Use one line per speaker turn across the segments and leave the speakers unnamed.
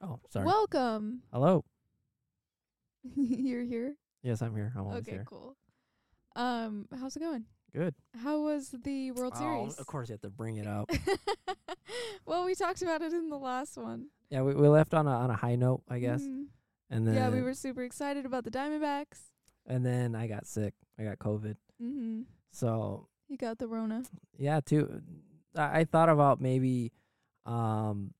Oh, sorry.
Welcome.
Hello.
You're here.
Yes, I'm here. I'm always
okay,
here.
cool. Um, how's it going?
Good.
How was the World
Oh,
Series?
of course, you have to bring it up.
well, we talked about it in the last one.
yeah, we, we left on a on a high note, I guess,
Mhm.
and then
Yeah, we were super excited about the Diamondbacks.
and then I got sick. I got COVID.
Mm-hmm.
So
You got the Rona.
yeah, too. I, I thought about maybe um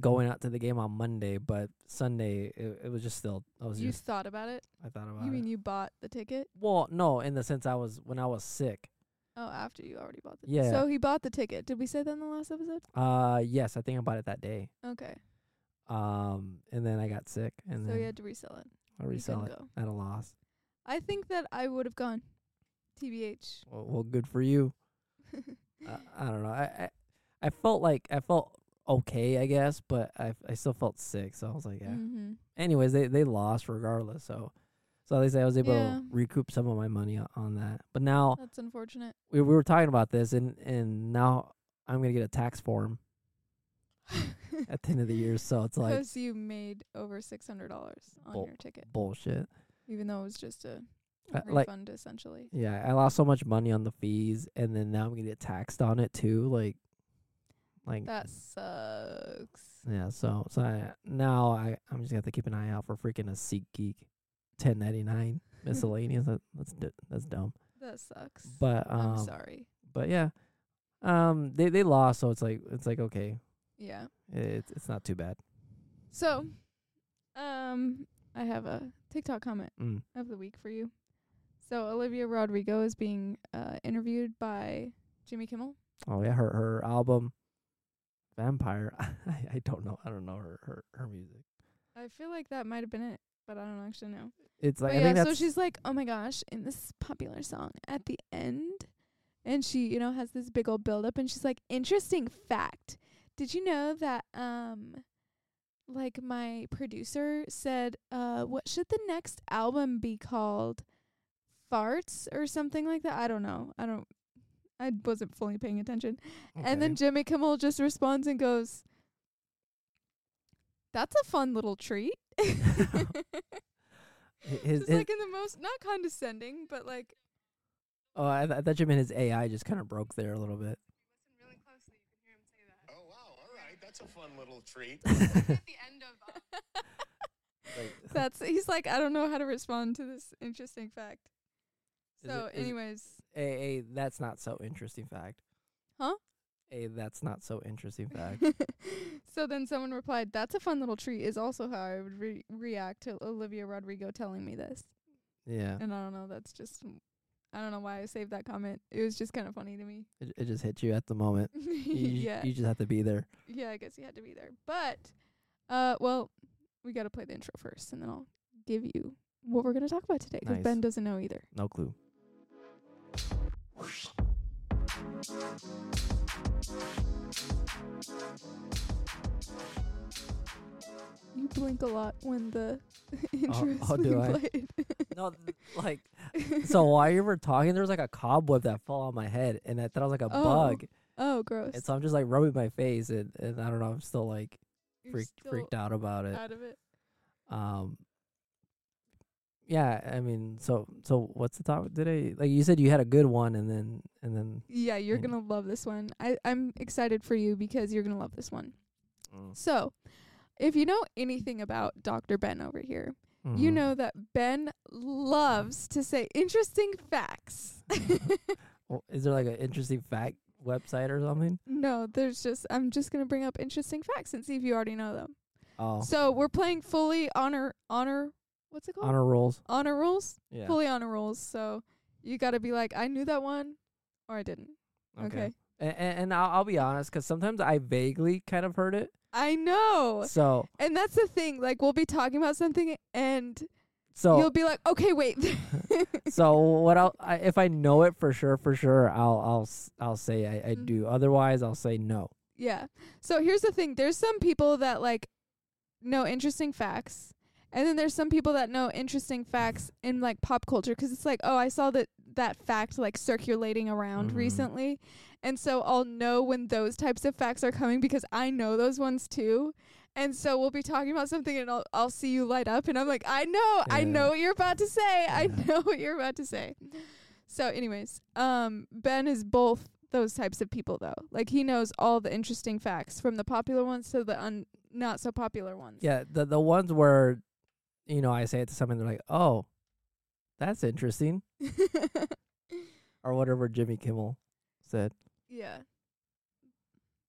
going out to the game on Monday, but Sunday it, it was just still. I was
You
just
thought about it?
I thought about
You
it.
mean you bought the ticket?
well, no, in the sense I was when I was sick.
Oh, after you already bought the
Yeah.
ticket. So he bought the ticket. Did we say that in the last episode?
Uh, yes, I think I bought it that day.
Okay.
Um, and then I got sick, and
so
then
you had to resell it.
I
You
resell
couldn't
it
Go.
at a loss.
I think that I would have gone. TBH.
Well, well good for you. I, I don't know. I, I I felt like I felt okay, I guess, but I I still felt sick, so I was like, yeah.
Mm-hmm.
Anyways, they they lost regardless, so so at least I was able
Yeah. Uh.
to recoup some of my money o- on that. But now
That's unfortunate.
we we were talking about this, and and now I'm gonna get a tax form at the end of the year, so it's like
Because you made over six hundred dollars on
Bull-
your ticket,
bullshit.
even though it was just a
Uh, like
refund essentially.
yeah, I lost so much money on the fees, and then now I'm gonna get taxed on it too. Like like
That sucks.
Yeah, so so I, now I I'm just gonna have to keep an eye out for freaking a SeatGeek 1099
Hmm.
miscellaneous. that, that's d- that's dumb.
That sucks.
But
I'm
um,
sorry.
but yeah, um, they they lost, so it's like it's like okay,
Yeah.
it's it's not too bad.
So, um, I have a TikTok comment
Mm.
of the week for you. So Olivia Rodrigo is being uh, interviewed by Jimmy Kimmel.
Oh yeah, her her album, Vampire. I, I don't know. I don't know her her her music.
I feel like that might have been it, but I don't actually know.
It's like
but
I think
yeah, so
that's
she's like, "Oh my gosh!" In this popular song at the end, and she, you know, has this big old build up, and she's like, "Interesting fact. Did you know that um, like my producer said, uh, what should the next album be called? Farts or something like that? I don't know. I don't. I wasn't fully paying attention. And then
okay.
Jimmy Kimmel just responds and goes, "That's a fun little treat."
Hi- his,
just
his-
like in the most not condescending, but like
oh I, th- I thought you meant his AI just kind of broke there a little bit.
Oh wow! All right, that's a fun little treat.
at the end of uh,
Like,
that's he's like I don't know how to respond to this interesting fact.
Is
So,
it- is-
anyways,
Hey, hey, that's not so interesting fact.
Huh?
Hey, that's not so interesting fact.
so then someone replied, "That's a fun little treat." Is also how I would re- react to Olivia Rodrigo telling me this,
yeah,
and I don't know. That's just I don't know why I saved that comment. It was just kind of funny to me.
it, it just hits you at the moment. You, you-
yeah,
you just have to be there.
yeah. I guess he had to be there, but uh, well, we got to play the intro first, and then I'll give you what we're gonna talk about today 'cause
Nice.
Ben doesn't know either.
No clue.
You blink a lot when the intro's
oh, do
being
I?
played.
No, th- like so. While you were talking, there was like a cobweb that fell on my head, and I thought it was like a
Oh,
bug.
oh, gross.
And so I'm just like rubbing my face, and, and I don't know. I'm still like
You're
freaked
still
freaked out about it.
out of it.
Um. Yeah, I mean, so so what's the topic today? Like you said, you had a good one, and then and then.
Yeah, you're
Mm.
gonna love this one. I I'm excited for you because you're gonna love this one. So, if you know anything about Dr. Ben over here, you
Mhm.
know that Ben loves to say interesting facts.
Well, is there like an interesting fact website or something?
no, there's just I'm just gonna bring up interesting facts and see if you already know them.
Oh,
So we're playing fully honor honor. What's it called?
honor rolls.
honor rules.
Yeah.
fully honor rolls. So you got to be like, I knew that one, or I didn't. Okay.
And, and, and I'll, I'll be honest, 'cause sometimes I vaguely kind of heard it.
I know.
So
And that's the thing. Like we'll be talking about something, and you'll
so
be like, okay, wait.
so what I'll I, if I know it for sure for sure I'll I'll s- I'll say I, I
Mhm.
do. Otherwise I'll say no.
yeah. So here's the thing. There's some people that like know interesting facts. And then there's some people that know interesting facts in like pop culture 'cause it's like, oh, I saw that that fact like circulating around
Mhm.
recently, and so I'll know when those types of facts are coming because I know those ones too, And so we'll be talking about something and I'll I'll see you light up and I'm like, I know, I
Yeah.
know what you're about to say. I
Yeah.
know what you're about to say. So anyways, um Ben is both those types of people though. Like he knows all the interesting facts from the popular ones to the un- not so popular ones.
Yeah, the the ones where, you know, I say it to someone, they're like, "Oh, that's interesting," or whatever Jimmy Kimmel said.
yeah.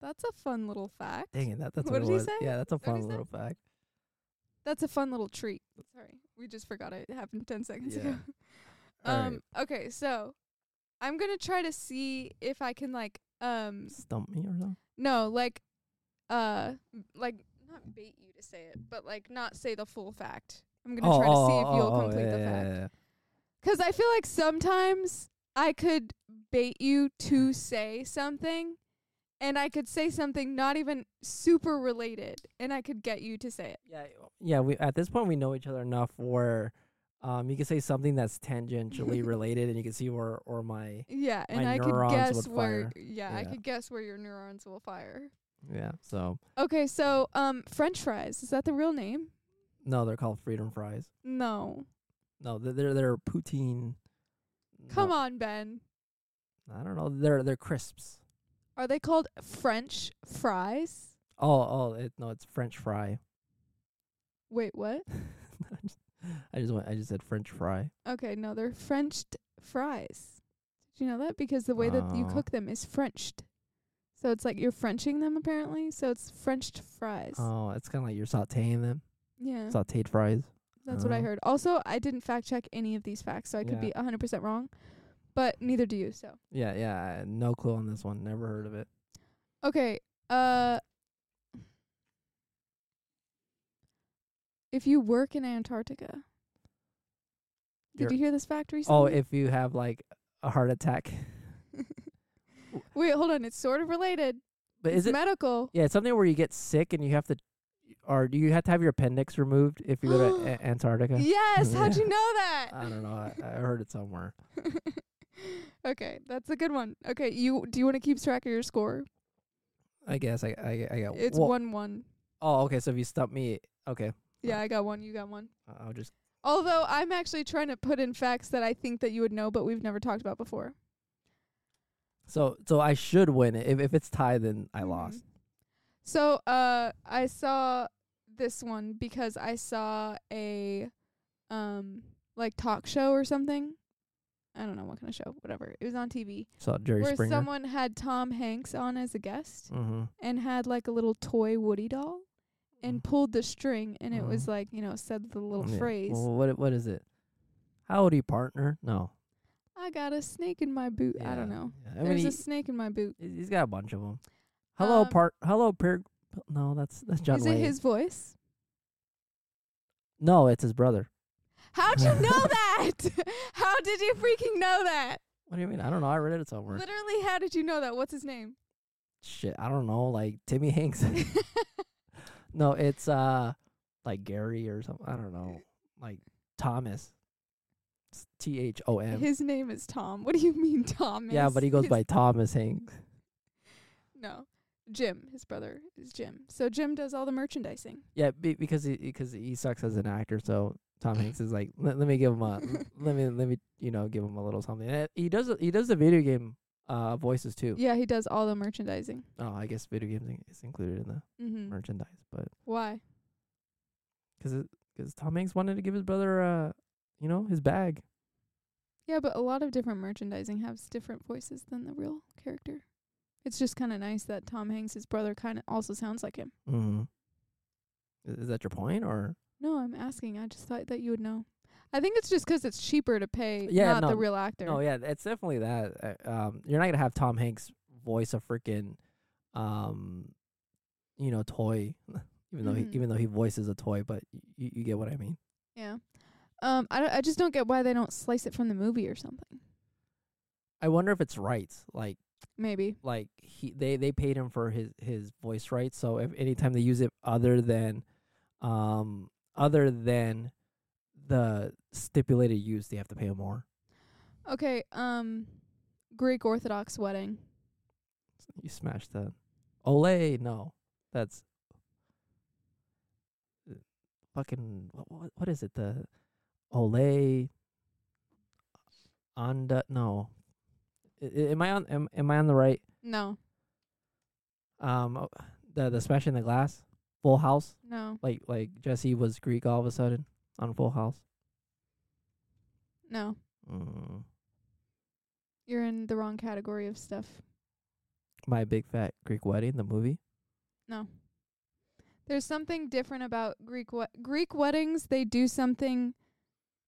That's a fun little fact.
Dang it, that, that's
What
what,
did
it
he
was.
say?
Yeah, that's a
What did
fun
he say?
little fact.
That's a fun little treat. Sorry, we just forgot it. It happened 10 seconds
Yeah.
ago.
All right.
um, okay, so I'm going to try to see if I can, like, um,
Stump me or no?
no, like, uh, m- like, not bait you to say it, but, like, not say the full fact. I'm going to try to see if you'll
oh,
complete
yeah,
the
yeah,
fact.
yeah, yeah.
'Cause I feel like sometimes I could bait you to say something, and I could say something not even super related, and I could get you to say it.
Yeah, y- yeah. We at this point we know each other enough where, um, you can say something that's tangentially related, and you can see where or my
Yeah, and
My
I could
neurons
guess
would
where
fire.
yeah, I
Yeah.
could guess where your neurons will fire.
yeah. So
Okay, so um french fries, is that the real name?
no, they're called freedom fries.
No.
No, they're they're, they're poutine.
Come on, Ben.
on, I don't know. They're they're crisps.
Are they called french fries?
Oh, oh, it, no, it's French fry.
Wait, what?
I just- I just went. I just said French fry.
Okay, no, they're frenched fries. Did you know that because the way that you
Oh.
cook them is frenched. So it's like you're frenching them apparently, so it's frenched fries.
Oh, it's kind of like you're sautéing them.
yeah.
Sautéed fries.
That's what I
Oh.
heard. Also, I didn't fact check any of these facts, so I could
Yeah.
be a 100% wrong, but neither do you, so.
Yeah, yeah. I- No clue on this one. Never heard of it.
Okay. Uh If you work in Antarctica. Did
You're-
you hear this fact recently?
Oh, if you have like a heart attack,
Wait, hold on. It's sort of related.
but
it's
is it?
medical.
Yeah, it's something where you get sick and you have to, or do you have to have your appendix removed if you go to A- Antarctica?
Yes, how'd
Yeah.
you know that?
I don't know. I, I heard it somewhere.
okay, that's a good one. Okay, you do you want to keep track of your score?
I guess I I, I got
It's
well-
one one.
Oh, okay. So if you stump me, okay,
Yeah, I got one. You got one.
I- I'll just.
Although I'm actually trying to put in facts that I think that you would know, but we've never talked about before.
So so I should win it. If if it's tied, then I
Mhm.
lost.
So uh I saw this one because I saw a um like talk show or something. I don't know what kind of show, whatever. It was on TV
So Jerry
where
Springer.
someone had Tom Hanks on as a guest
mm-hmm.
and had like a little toy Woody doll and
Mm.
pulled the string and it was
Mhm.
like, you know, said the little
Yeah.
phrase,
Well, what what is it? How old are you, partner? No.
I got a snake in my boot. I don't
Yeah,
know.
yeah. I mean,
There's
he,
a snake in my boot.
he's got a bunch of them. Hello,
Um,
part. Hello, Peer. No, that's that's John
Is
Wayne.
it his voice?
no, it's his brother.
How'd you know that? How did you freaking know that?
What do you mean? I don't know. I read it somewhere.
Literally, how did you know that? What's his name?
Shit, I don't know. Like Timmy Hanks. no, it's uh, like Gary or something. I don't know. Like Thomas. T H O M.
his name is Tom. What do you mean, Thomas?
Yeah, but he goes
His-
by Thomas Hanks.
no Jim. His brother is Jim. So Jim does all the merchandising.
Yeah, be, because he because he sucks as an actor, so Tom Hanks is like, let, let me give him a let me let me you know give him a little something. And he does he does the video game uh voices too.
Yeah, he does all the merchandising.
Oh, I guess video games in- is included in the
Mm-hmm.
merchandise, but
Why?
because because Tom Hanks wanted to give his brother uh you know his bag.
Yeah, but a lot of different merchandising has different voices than the real character. It's just kind of nice that Tom Hanks' brother kind of also sounds like him.
Mm-hmm. Is, is that your point or?
No, I'm asking. I just thought that you would know. I think it's just 'cause it's cheaper to pay
Yeah,
not
no,
the real actor.
No, Oh, yeah, it's definitely that. Uh, um, you're not gonna have Tom Hanks voice a freaking, um, you know, toy. Even though
Mhm.
he, even though he voices a toy, but you, you get what I mean.
Yeah. Um, I don't, I just don't get why they don't slice it from the movie or something.
I wonder if it's rights. Like
Maybe.
like he they they paid him for his his voice rights. So if anytime they use it other than, um, other than the stipulated use, they have to pay him more.
Okay, um Greek Orthodox wedding.
You smash that. Olay, no, that's uh, fucking what, what, what is it? The Olay Onda? No, I- I- am I on? Am, am I on the right?
No,
Um, o- the the Smash in the Glass, Full House.
no,
Like like Jesse was Greek all of a sudden on Full House.
no.
Mm.
You're in the wrong category of stuff.
My Big Fat Greek Wedding, the movie.
No. There's something different about Greek we- Greek weddings. They do something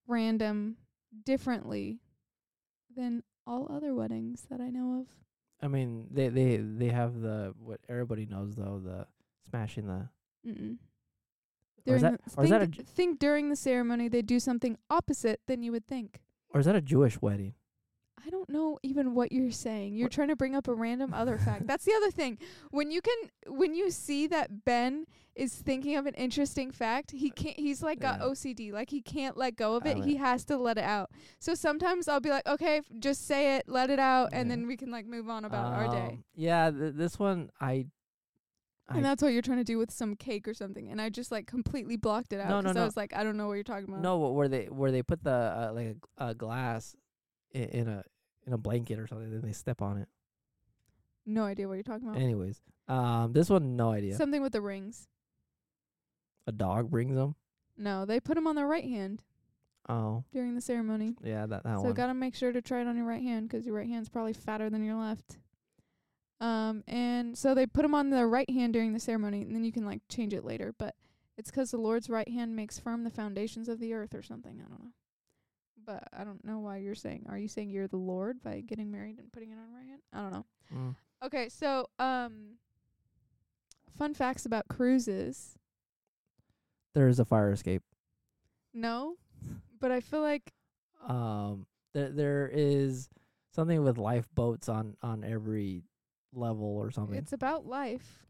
random differently than all other weddings that I know of.
I mean, they they they have the what everybody knows though the smashing the.
Mm-mm.
Or is
During
that
the-
or is that a
think,
Ju-
think during the ceremony they do something opposite than you would think.
or is that a Jewish wedding?
I don't know even what you're saying. You're
What-
trying to bring up a random other fact. That's the other thing. When you can when you see that Ben is thinking of an interesting fact, he can't he's like got
Uh, Yeah.
OCD. Like he can't let go of
I
it.
mean-
He has to let it out. So sometimes I'll be like, "Okay, f- just say it, let it out, and
Yeah.
then we can like move on about our day."
Um, Yeah, th- this one I Um, I-
and that's what you're trying to do with some cake or something. And I just like completely blocked it out
No,
because
no,
I
no.
was like, "I don't know what you're talking about."
no wh- where they where they put the uh, like a, gl- a glass in, in a in a blanket or something, then they step on it.
no idea what you're talking about.
Anyways, um, this one no idea.
Something with the rings.
a dog brings them.
No, they put 'em on their right hand
Oh
during the ceremony.
yeah, that that
so
one.
gotta make sure to try it on your right hand 'cause your right hand's probably fatter than your left. Um, and so they put 'em on the right hand during the ceremony, and then you can like change it later. But it's 'cause the Lord's right hand makes firm the foundations of the earth or something. I don't know. But I don't know why you're saying. Are you saying you're the Lord by getting married and putting it on right hand? I don't know.
Mm.
Okay, so um, fun facts about cruises.
There is a fire escape.
No, but I feel like
Um, there there is something with lifeboats on on every level or something.
it's about life.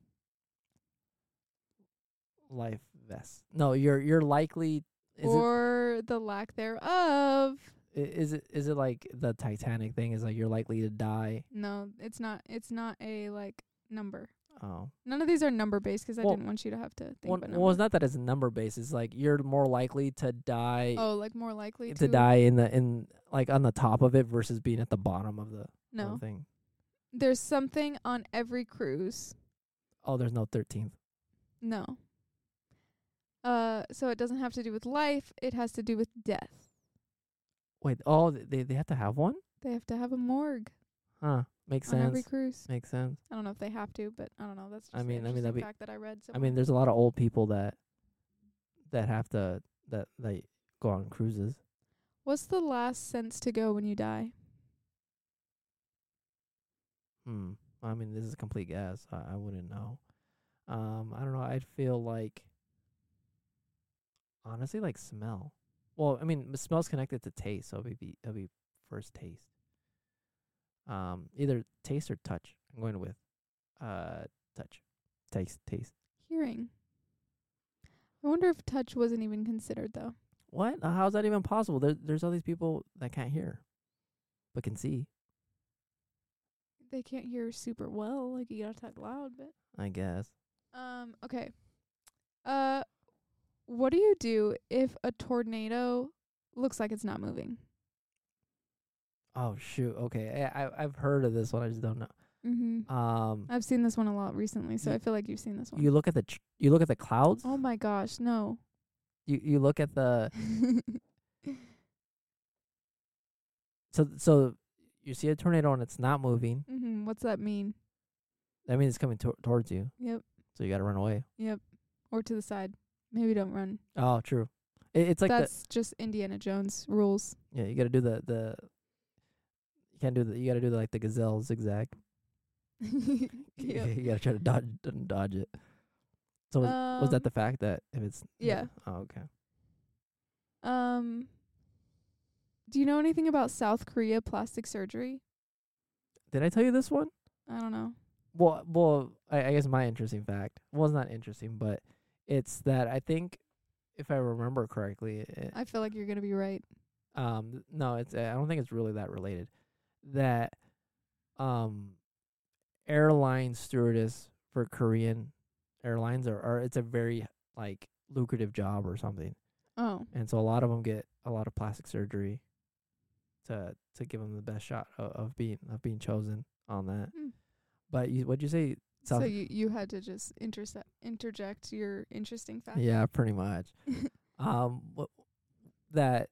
life vest. No, you're you're likely. Is
or the lack thereof.
it, i- is it is it like the Titanic thing? Is like you're likely to die.
No, it's not. It's not a like number.
Oh,
None of these are number based 'cause I
Well,
didn't want you to have to think
well,
about number.
well, it's not that it's a number based. It's like you're more likely to die
oh, like more likely
to,
to,
die in the in like on the top of it versus being at the bottom of the of the
No,
thing.
there's something on every cruise.
Oh, there's no thirteenth.
No. Uh, so it doesn't have to do with life. It has to do with death.
Wait, oh, th- they they have to have one,
They have to have a morgue
huh? Makes
on every
sense.
cruise.
Makes sense.
I don't know if they have to, but I don't know. That's just
I
an
mean- I mean, that'd
interesting
be-
fact that I read.
I mean,
somewhere.
there's a lot of old people that that have to that they go on cruises.
what's the last sense to go when you die?
Hmm. I mean, this is a complete guess. I, I wouldn't know. Um, I don't know. I'd feel like honestly, like smell. Well, I mean, m- smell's connected to taste, so it'd be it'd be first taste. Um, either taste or touch. I'm going with uh touch, taste, taste.
Hearing. I wonder if touch wasn't even considered though.
What? Uh, How's that even possible? There, there's all these people that can't hear, but can see.
They can't hear super well, like you gotta talk loud, but
I guess.
um, okay. Uh what do you do if a tornado looks like it's not moving?
Oh shoot. Okay. I, I I've heard of this one. I just don't know.
Mm-hmm.
Um.
I've seen this one a lot recently, so
You-
I feel like you've seen this one.
you look at the tr- you look at the clouds.
oh my gosh, no. Mm-hmm,
You you look at the so so you see a tornado and it's not moving.
hmm What's that mean?
That means it's coming to- towards you.
Yep.
So you got to run away.
Or to the side. Maybe don't run.
Oh, true. It, it's like the
That's just Indiana Jones rules.
yeah. You got to do the the you can't do the you got to do the, like the gazelle zigzag.
Yep.
you got to try to dodge dodge it. So was, was
Um,
that the fact that if it's
yeah.
Oh, okay.
Um, do you know anything about South Korea plastic surgery?
Did I tell you this one?
I don't know.
Well, well, I, I guess my interesting fact well, it's not interesting, but it's that I think if I remember correctly, it,
I feel like you're gonna be right.
um, no, it's I don't think it's really that related. That um, airline stewardess for Korean airlines are, are it's a very like lucrative job or something.
Oh,
And so a lot of them get a lot of plastic surgery to to give them the best shot of, of being of being chosen on that.
Hmm.
But you, what'd you say? South-
so you you had to just intercept interject your interesting fact.
yeah, pretty much. um, what that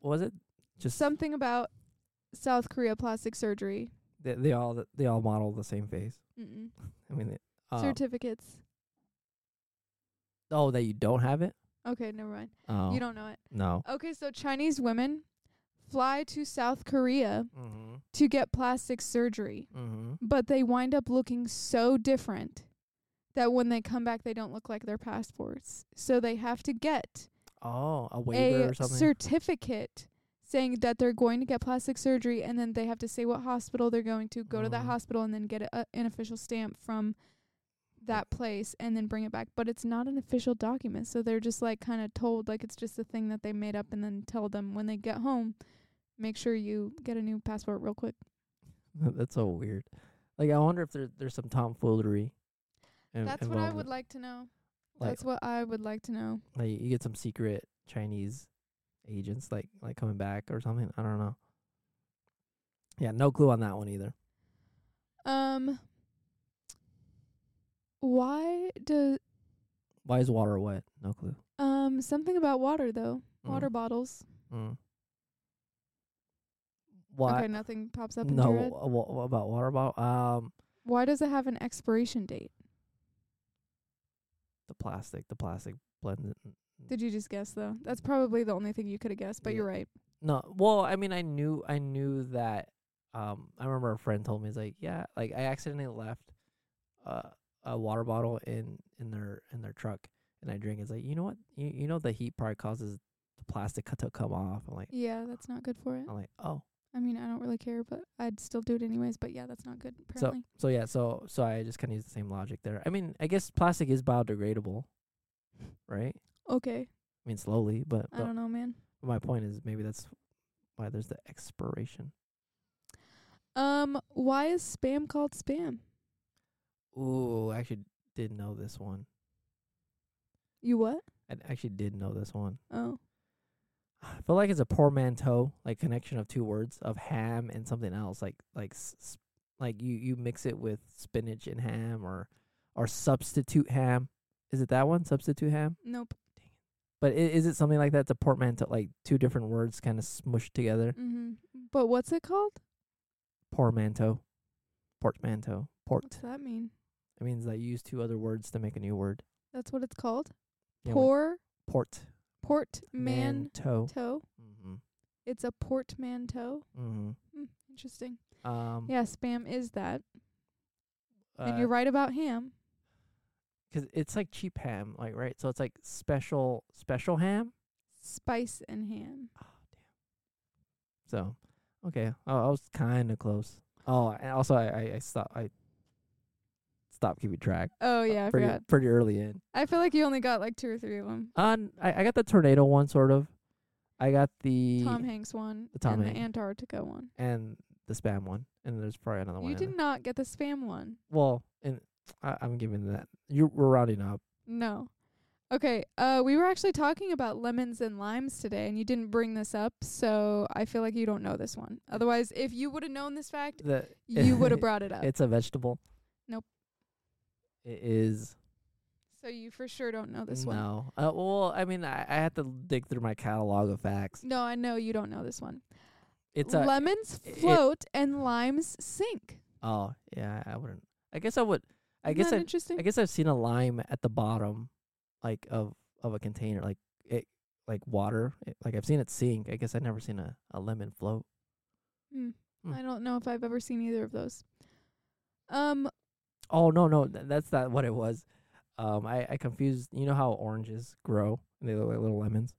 what was it? Just
Something about South Korea plastic surgery
they, they all they all model the same face.
Mm-mm.
I mean, they, uh,
certificates.
oh, that you don't have it.
Okay, never mind.
Oh,
You don't know it.
No.
Okay, so Chinese women fly to South Korea
Mm-hmm.
to get plastic surgery,
Mm-hmm.
but they wind up looking so different that when they come back, they don't look like their passports. So they have to get
Oh, a waiver
a
or something.
certificate saying that they're going to get plastic surgery, and then they have to say what hospital they're going to, go to that
Mm.
hospital, and then get a, an official stamp from that place and then bring it back. But it's not an official document, so they're just like kind of told like it's just a thing that they made up, and then tell them when they get home, make sure you get a new passport real quick.
That's so weird. Like, I wonder if there, there's some tomfoolery. in-
That's what I
involved in-
would like to know.
Like-
That's what I would like to know.
Like, you get some secret Chinese agents, like, like coming back or something. I don't know. Yeah, no clue on that one either.
Um, why does
Why is water wet? No clue.
um something about water though?
Mm,
Water bottles.
Mm. Why?
Okay, nothing pops up in
no,
your head.
wha- wha- wha- about water bottle. Um,
Why does it have an expiration date?
the plastic, the plastic blends it.
Did you just guess though? That's probably the only thing you could have guessed, but
Yeah.
you're right.
No, well, I mean, I knew, I knew that. Um, I remember a friend told me, he's like, yeah, like I accidentally left uh, a water bottle in in their in their truck, and I drink. It's like, you know what? You you know the heat probably causes the plastic co- to come off. I'm like,
Yeah, that's not good for it.
I'm like, oh,
I mean, I don't really care, but I'd still do it anyways. But yeah, that's not good. Apparently,
so so yeah, so so I just kind of use the same logic there. I mean, I guess plastic is biodegradable, right?
okay.
I mean, slowly, but,
I
but
don't know, man.
my point is maybe that's why there's the expiration.
Um, why is spam called spam?
Ooh, I actually did know this one.
You what?
I actually did know this one.
Oh,
I feel like it's a portmanteau, like connection of two words of ham and something else, like like s- s- like you you mix it with spinach and ham or or substitute ham. Is it that one? Substitute ham?
nope.
But i is it something like that? It's a portmanteau, like two different words kind of smushed together.
Mhm. But what's it called?
Portmanteau, portmanteau, port.
What's that mean?
It means that you use two other words to make a new word.
That's what it's called.
Yeah, when-
Por
portmanteau.
portmanteau.
Mm-hmm.
It's a portmanteau.
Mm-hmm.
Hmm, interesting.
Um,
Yeah, spam is that.
uh,
and you're right about ham.
'cause it's like cheap ham, like right. So it's like special special ham.
Spice and ham.
Oh damn. So, okay, I, I was kind of close. Oh, and also I I, I stopped I stopped keeping track.
Oh
uh,
yeah, I
pretty,
forgot.
pretty early in.
I feel like you only got like two or three of them.
On I, I got the tornado one sort of. I got the
Tom Hanks one
the Tom
and
Hanks.
the Antarctica one.
and the spam one, and there's probably another one.
You
in there.
did not get the spam one.
Well, and I, I'm giving that. You're we're rounding up.
No. Okay. Uh, we were actually talking about lemons and limes today, and you didn't bring this up, so I feel like you don't know this one. Otherwise, if you would have known this fact,
The
you would have brought it up.
It's a vegetable.
Nope.
It is
So you for sure don't know this one.
no. Uh, well, I mean, I, I had to dig through my catalog of facts.
No, I know you don't know this one.
It's a
lemons
it-
float and limes sink.
oh yeah. I wouldn't. I guess I would. I
Isn't
guess
that
I,
interesting.
I guess I've seen a lime at the bottom, like of of a container, like it like water. It, like I've seen it sink. I guess I've never seen a a lemon float.
Hmm.
Hmm.
I don't know if I've ever seen either of those. Um,
Oh no no, th- that's not what it was. Um, I I confused. You know how oranges grow and they look like little lemons.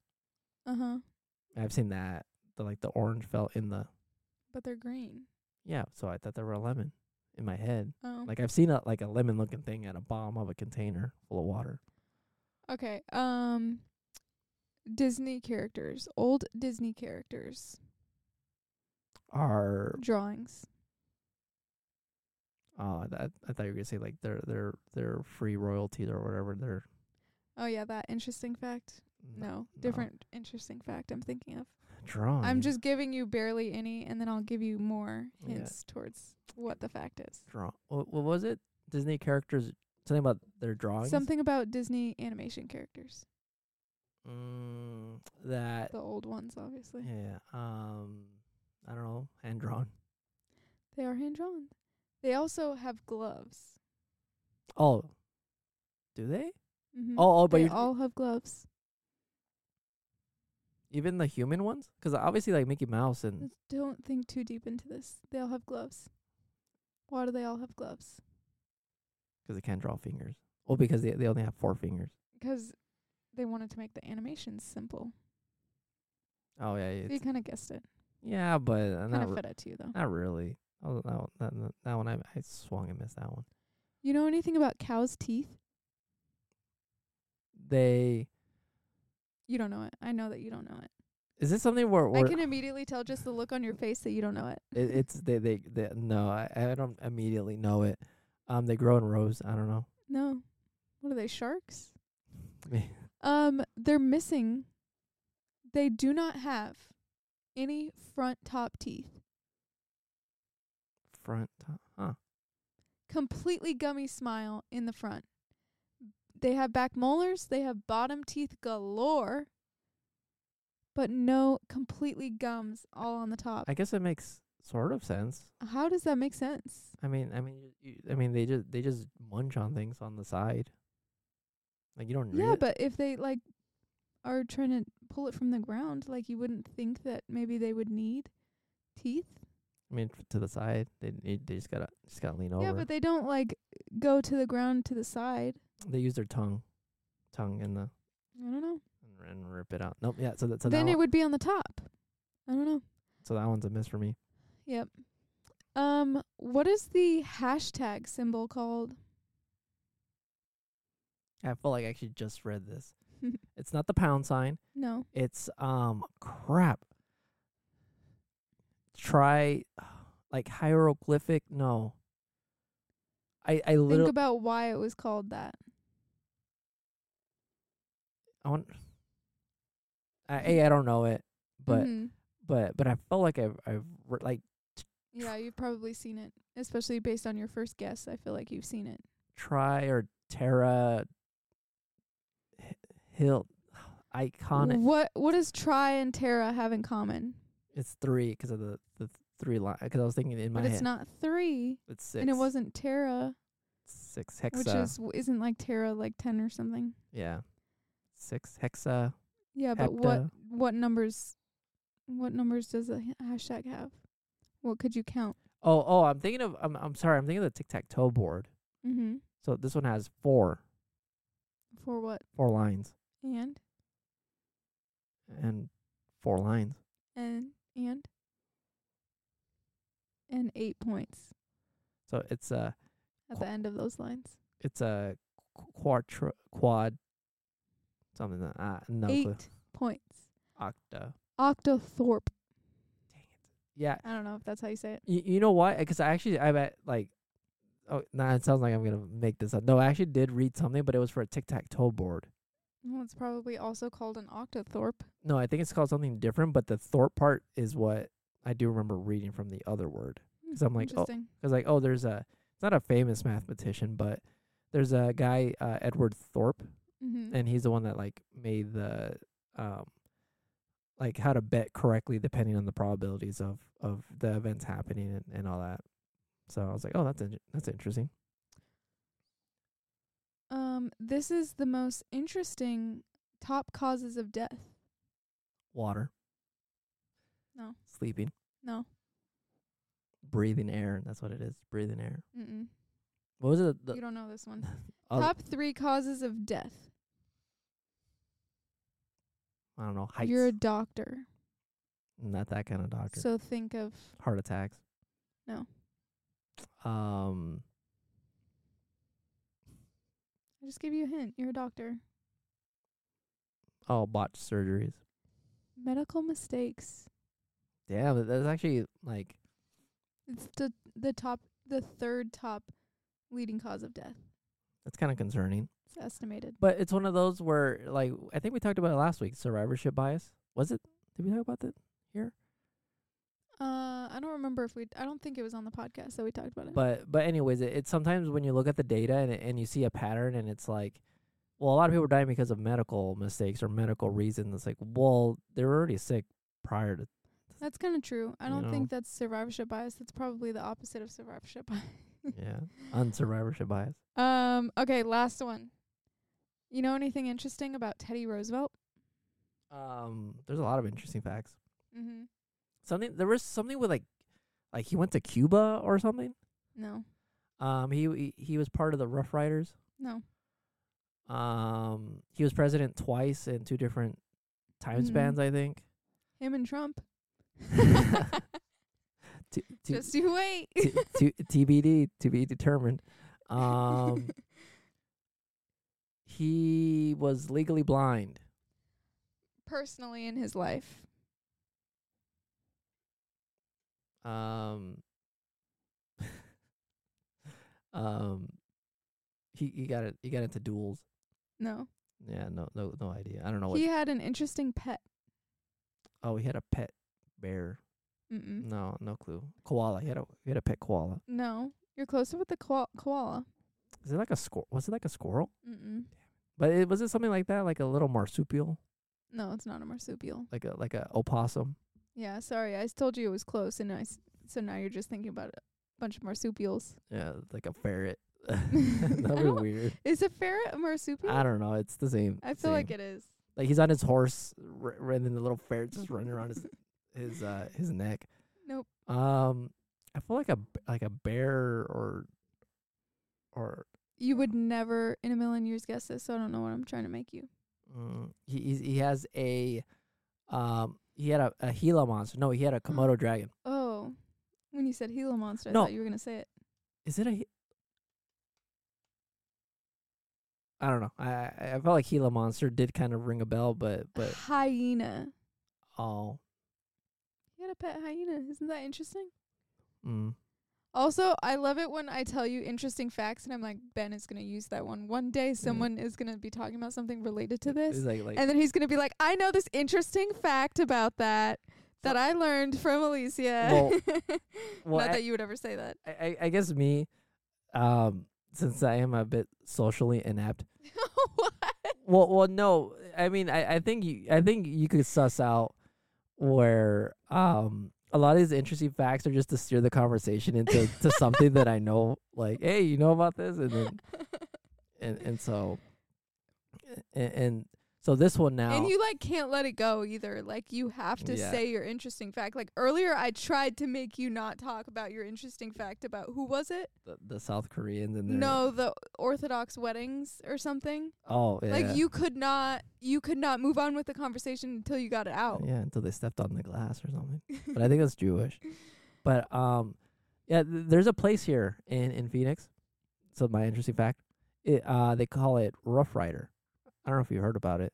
uh huh.
I've seen that. The like the orange fell in the
But they're green.
Yeah, so I thought they were a lemon in my head.
Oh.
Like I've seen a like a lemon looking thing at a bottom of a container full of water.
okay. Um, Disney characters, old Disney characters,
Are
drawings.
uh that I thought you were gonna say like they're they're they're free royalties or whatever they're
Oh yeah, that interesting fact. No, different interesting fact I'm thinking of.
Drawing.
I'm just giving you barely any, and then I'll give you more
Yeah.
hints towards what the fact is.
draw. What, what was it? Disney characters. Something about their drawings.
Something about Disney animation characters,
Mm, that.
the old ones, obviously.
Yeah. Um. I don't know. Hand drawn.
They are hand drawn. They also have gloves.
Oh. Do they?
Mm-hmm.
Oh, oh, but
they
you're-
all have gloves.
Even the human ones? 'Cause obviously, like Mickey Mouse and
Let's- Don't think too deep into this. They all have gloves. Why do they all have gloves?
because they can't draw fingers. Well, because they they only have four fingers.
'Cause they wanted to make the animations simple.
Oh yeah,
So
it's,
you kind of guessed it.
yeah, but uh,
Kind
not
of
re-
fed it to you, though.
not really. Oh, that one- that that- that one I I swung and missed that one.
You know anything about cows' teeth?
They
You don't know it. I know that you don't know it.
is this something where
I
where
can immediately tell just the look on your face that you don't know it.
it, it's they, they they no I I don't immediately know it. Um, they grow in rows. I don't know.
No. What are they, sharks?
Me-
Um, they're missing. They do not have any front top teeth.
Front top, huh?
Completely gummy smile in the front. They have back molars, they have bottom teeth galore, but no completely gums all on the top.
I guess it makes sort of sense.
How does that make sense?
I mean, I mean, you, I mean, they just they just munch on things on the side. Like you don't.
Yeah,
rea-
but if they like are trying to pull it from the ground, like you wouldn't think that maybe they would need teeth.
I mean, f- to the side, they need, they just gotta just gotta lean over.
Yeah, but they don't like go to the ground to the side.
they use their tongue, tongue in the
I don't know.
and, and rip it out. Nope. Yeah. So that so
then
that
it
one,
would be on the top. I don't know.
so that one's a miss for me.
Yep. Um, what is the hashtag symbol called?
I feel like I actually just read this. it's not the pound sign.
No.
It's um crap. Try like hieroglyphic. No. I I
Think
literally
about why it was called that.
I want. I,
Mm.
a I don't know it, but
Mhm.
but but I felt like I've I've re- like
yeah, you've probably seen it, especially based on your first guess. I feel like you've seen it.
try or Terra Hi- Hill iconic.
What What does try and Terra have in common?
It's three because of the the three line. Because I was thinking in my
but it's
head
not three,
it's six
and it wasn't Terra,
six hexa.
which is w isn't like Terra like ten or something.
yeah, six hexa.
Yeah, but what
Hepta.
what numbers? What numbers does a ha- hashtag have? What could you count?
Oh oh, I'm thinking of I'm I'm sorry. I'm thinking of the tic tac toe board.
Mm-hmm.
So this one has four
For what?
four lines
And
and four lines.
and and and eight points
So it's a
at the end of those lines.
it's a qu- quadra quad something that uh, no
eight
clue.
points.
octa.
Octothorpe.
Yeah,
I don't know if that's how you say it.
You, you know why? 'Cause I actually I bet like oh nah it sounds like I'm gonna make this up. No, I actually did read something, but it was for a tic tac toe board.
Well, it's probably also called an octothorpe.
No, I think it's called something different, but the Thorpe part is what I do remember reading from the other word.
Hmm,
'Cause I'm like, oh,
interesting.
'Cause like oh there's a it's not a famous mathematician, but there's a guy uh, Edward Thorpe,
mm-hmm.
and he's the one that like made the um like how to bet correctly depending on the probabilities of of the events happening and, and all that. So I was like, oh that's in- that's interesting.
Um, this is the most interesting top causes of death.
Water.
No.
Sleeping.
No.
Breathing air. That's what it is. Breathing air.
Mm-mm.
What was it?
You
The,
don't know this one.
other-
Top three causes of death.
I don't know. Heights.
You're a doctor,
Not that kind of doctor.
so think of
Heart attacks.
No.
Um.
I just gave you a hint. You're a doctor.
Oh, botched surgeries.
Medical mistakes.
Damn, that- that's actually like
It's the the top the third top leading cause of death.
That's kind of concerning.
It's estimated.
But it's one of those where, like, I think we talked about it last week. Survivorship bias was it? Did we talk about that here?
Uh, I don't remember if we. I don't think it was on the podcast that we talked about it.
But but anyways, it, it's sometimes when you look at the data and and you see a pattern and it's like, well, a lot of people are dying because of medical mistakes or medical reasons. It's like, well, they were already sick prior to.
that's kind of true. I
You
don't
know.
think that's survivorship bias. That's probably the opposite of survivorship bias.
Yeah, Uh, unsurvivorship bias.
Um. Okay. Last one. You know anything interesting about Teddy Roosevelt?
Um, there's a lot of interesting facts.
Mm-hmm.
Something there was something with like, like he went to Cuba or something.
No.
Um, he he, he was part of the Rough Riders.
No.
Um, he was president twice in two different time
Mhm.
spans, I think.
Him and Trump.
T- t-
Just you wait.
t- t- TBD to be determined. Um, he was legally blind.
Personally, in his life,
Um, um, he he got it. He got into duels.
no.
Yeah, no, no, no idea. I don't know what.
He had an interesting pet.
oh, he had a pet bear.
Mm-mm.
No, no clue. Mm-hmm. Koala. He had a he had a pet koala.
No. You're closer with the koa- koala.
Is it like a squirrel? Was it like a squirrel?
Mm-mm.
But it was it something like that, like a little marsupial,
No, it's not a marsupial.
like a like a opossum.
Yeah, sorry. I s- told you it was close, and I s- so now you're just thinking about a bunch of marsupials.
Yeah, like a ferret. That'd be
don't-
weird.
Is a ferret a marsupial?
I don't know. It's the same.
I feel like
same.
it is.
Like he's on his horse, r- r- and then the little ferret's just running around his his uh his neck.
Nope.
Um, I feel like a b- like a bear or or
You would never in a million years guess this, so I don't know what I'm trying to make you.
mm, he he's, he has a um he had a, a Gila monster. No, he had a
Mm.
Komodo dragon.
Oh, when you said Gila monster,
No.
I thought you were gonna say it.
Is it a? He- I don't know. I I I felt like Gila monster did kind of ring a bell, but but
hyena.
oh,
You had a pet hyena. Isn't that interesting?
mm,
Also, I love it when I tell you interesting facts, and I'm like, Ben is gonna use that one. One day,
Mm-hmm.
someone is gonna be talking about something related to
it's
this,
like like
and then he's gonna be like, I know this interesting fact about that that
So-
I learned from Alicia.
Well, well,
Not
I-
that you would ever say that.
I, I I guess me, um, since I am a bit socially inept.
what?
Well, well, no. I mean, I, I think you I think you could suss out where um a lot of these interesting facts are just to steer the conversation into to something that I know. Like, hey, you know about this, and then and and so and, and so this one now.
And you like can't let it go either. Like you have to
Yeah.
say your interesting fact. Like earlier, I tried to make you not talk about your interesting fact about who was it?
the, the South Koreans and their
No, the Orthodox weddings or something.
oh yeah
Like you could not, you could not move on with the conversation until you got it out.
yeah until they stepped on the glass or something. But I think that's Jewish. But um, yeah, th- there's a place here in in Phoenix. So my interesting fact, it uh they call it Rough Rider. I don't know if you heard about it,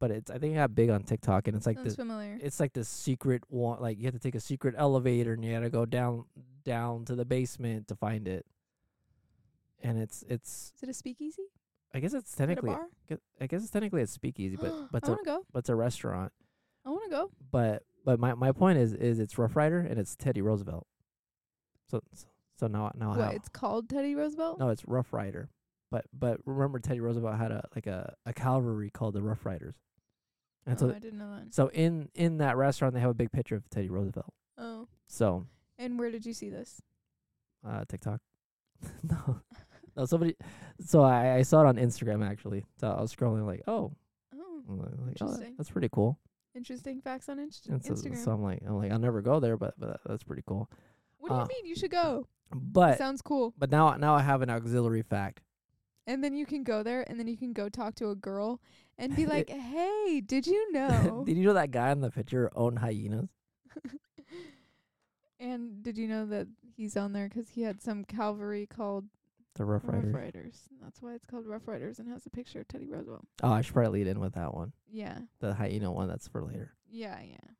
but it's I think it got big on TikTok and it's like
Sounds
this.
familiar.
It's like this secret one. Like you have to take a secret elevator and you got to go down down to the basement to find it. And it's it's
Is it a speakeasy?
I guess it's
Is it a
technically
bar?
gu- I guess it's technically it's speakeasy, but but it's
I
a,
want to go.
but it's a restaurant.
I want to go.
But but my, my point is is it's Rough Rider and it's Teddy Roosevelt. So so, so now now how?
What? It's called Teddy Roosevelt.
no, it's Rough Rider. But but remember Teddy Roosevelt had a like a, a cavalry called the Rough Riders. And
oh,
so
I didn't know that.
so in in that restaurant they have a big picture of Teddy Roosevelt.
Oh,
So
and where did you see this?
uh TikTok. no. No, somebody so I, I saw it on Instagram actually. So I was scrolling like, oh,
Oh,
I'm like, oh, that-
Interesting.
that's pretty cool.
interesting facts on Inst-
And so,
Instagram.
so I'm like I'm like I'll never go there, but, but that- that's pretty cool.
what do
uh,
you mean? You should go.
But
Sounds cool.
But now, now I have an auxiliary fact.
And then you can go there and then you can go talk to a girl and be like, hey, did you know?
Did you know that guy in the picture owned hyenas?
and did you know that he's on there 'cause he had some cavalry called
The Rough
Rough
Rider.
Riders. That's why it's called Rough Riders and has a picture of Teddy Roosevelt.
Oh, I should probably lead in with that one.
Yeah.
The hyena one. That's for later.
Yeah, yeah.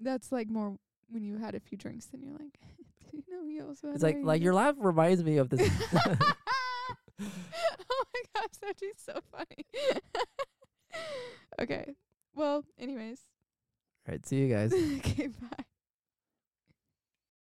That's like more when you had a few drinks and you're like, do you know he also had
It's like
a
like your
hyena?"
laugh reminds me of this.
oh my house. That'd be so funny. okay. Well, anyways.
All right, see you guys.
okay, bye.